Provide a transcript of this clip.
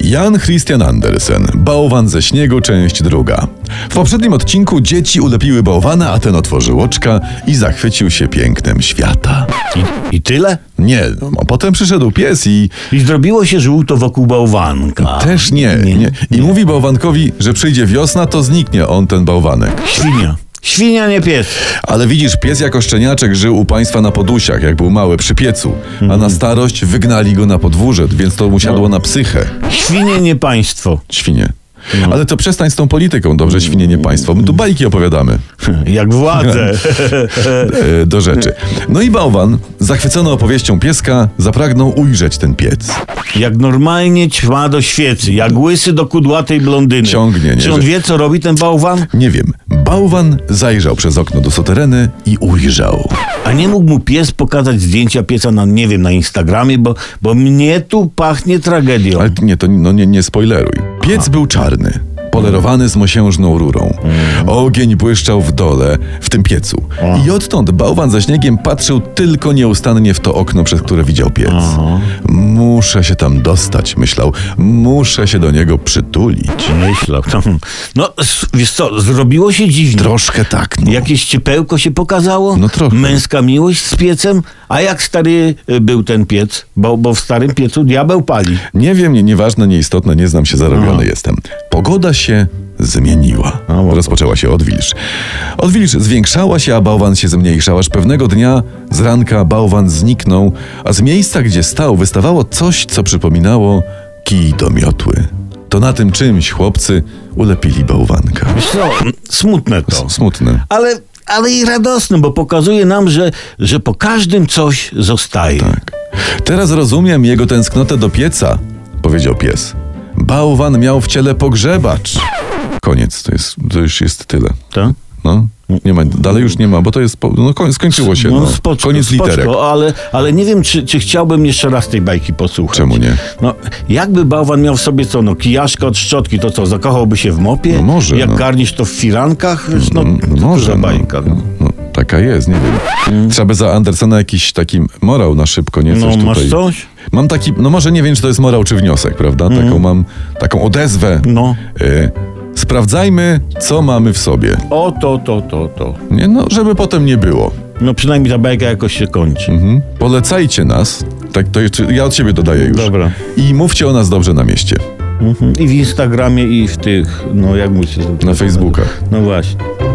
Jan Christian Andersen, Bałwan ze śniegu, część druga. W poprzednim odcinku dzieci ulepiły bałwana, a ten otworzył oczka i zachwycił się pięknem świata. I tyle? Nie, no, a potem przyszedł pies i I zrobiło się żółto wokół bałwanka. też nie. nie, I mówi bałwankowi, że przyjdzie wiosna, to zniknie on ten bałwanek. Świnia. Świnia nie pies. Ale widzisz, pies jako szczeniaczek żył u państwa na podusiach, jak był mały, przy piecu. A na starość wygnali go na podwórze, więc to mu siadło na psychę. Świnie nie państwo. Świnie. Ale to przestań z tą polityką, dobrze, świnienie państwo. My tu bajki opowiadamy. Jak władzę. E, do rzeczy. No i bałwan, zachwycony opowieścią pieska, zapragnął ujrzeć ten piec. Jak normalnie ćma do świecy. Jak łysy do kudłatej blondyny. Ciągnie, nie? Czy on Że- wie, co robi ten bałwan? Nie wiem, bałwan zajrzał przez okno do sotereny i ujrzał. A nie mógł mu pies pokazać zdjęcia pieca na, nie wiem, na Instagramie, bo, bo mnie tu pachnie tragedią. Ale nie, to no nie, nie spoileruj. Piec był czarny, polerowany z mosiężną rurą. Ogień błyszczał w dole, w tym piecu. I odtąd bałwan ze śniegiem patrzył tylko nieustannie w to okno, przez które widział piec. Muszę się tam dostać, myślał. Muszę się do niego przytulić. Myślał. No, s- wiesz co, zrobiło się dziwnie. Troszkę tak, no. Jakieś ciepełko się pokazało? No trochę. Męska miłość z piecem? A jak stary y, był ten piec? Bo, bo w starym piecu diabeł pali. Nie wiem, nie, nieważne, nieistotne, nie znam się, zarobiony jestem. Pogoda się zmieniła. Rozpoczęła się odwilż. Odwilż zwiększała się, a bałwan się zmniejszał, aż pewnego dnia z ranka bałwan zniknął, a z miejsca, gdzie stał, wystawało coś, co przypominało kij do miotły. To na tym czymś chłopcy ulepili bałwanka. Co? Mm, Smutne to. Smutne. Ale, ale i radosne, bo pokazuje nam, że, że po każdym coś zostaje. Tak. Teraz rozumiem jego tęsknotę do pieca, powiedział pies. Bałwan miał w ciele pogrzebacz. Koniec, to, jest, to już jest tyle. Tak? No, nie ma, dalej już nie ma, bo to jest, po- no koń, skończyło się, no, spoczko, koniec literek. spoczko, ale, ale nie wiem, czy, czy chciałbym jeszcze raz tej bajki posłuchać. Czemu nie? No, jakby bałwan miał w sobie co, no kijaszka od szczotki, to co, zakochałby się w mopie? No może, Jak no. garnisz to w firankach? No, No, co to za no, bajka? Mm. No, no, taka jest, nie wiem. Trzeba by za Andersena jakiś taki morał na szybko, nie? Coś No, tutaj. masz coś? Mam taki, no może nie wiem, czy to jest morał, czy wniosek, prawda? Mm. Taką mam, taką odezwę. No. Y, sprawdzajmy, co mamy w sobie. O, to, to, to, to. Nie, no, żeby potem nie było. No przynajmniej ta bajka jakoś się kończy. Mhm. Polecajcie nas, tak to jeszcze, ja od siebie dodaję już. Dobra. I mówcie o nas dobrze na mieście, Mhm. I w Instagramie, i w tych, no jak mówisz? na Facebookach. No właśnie.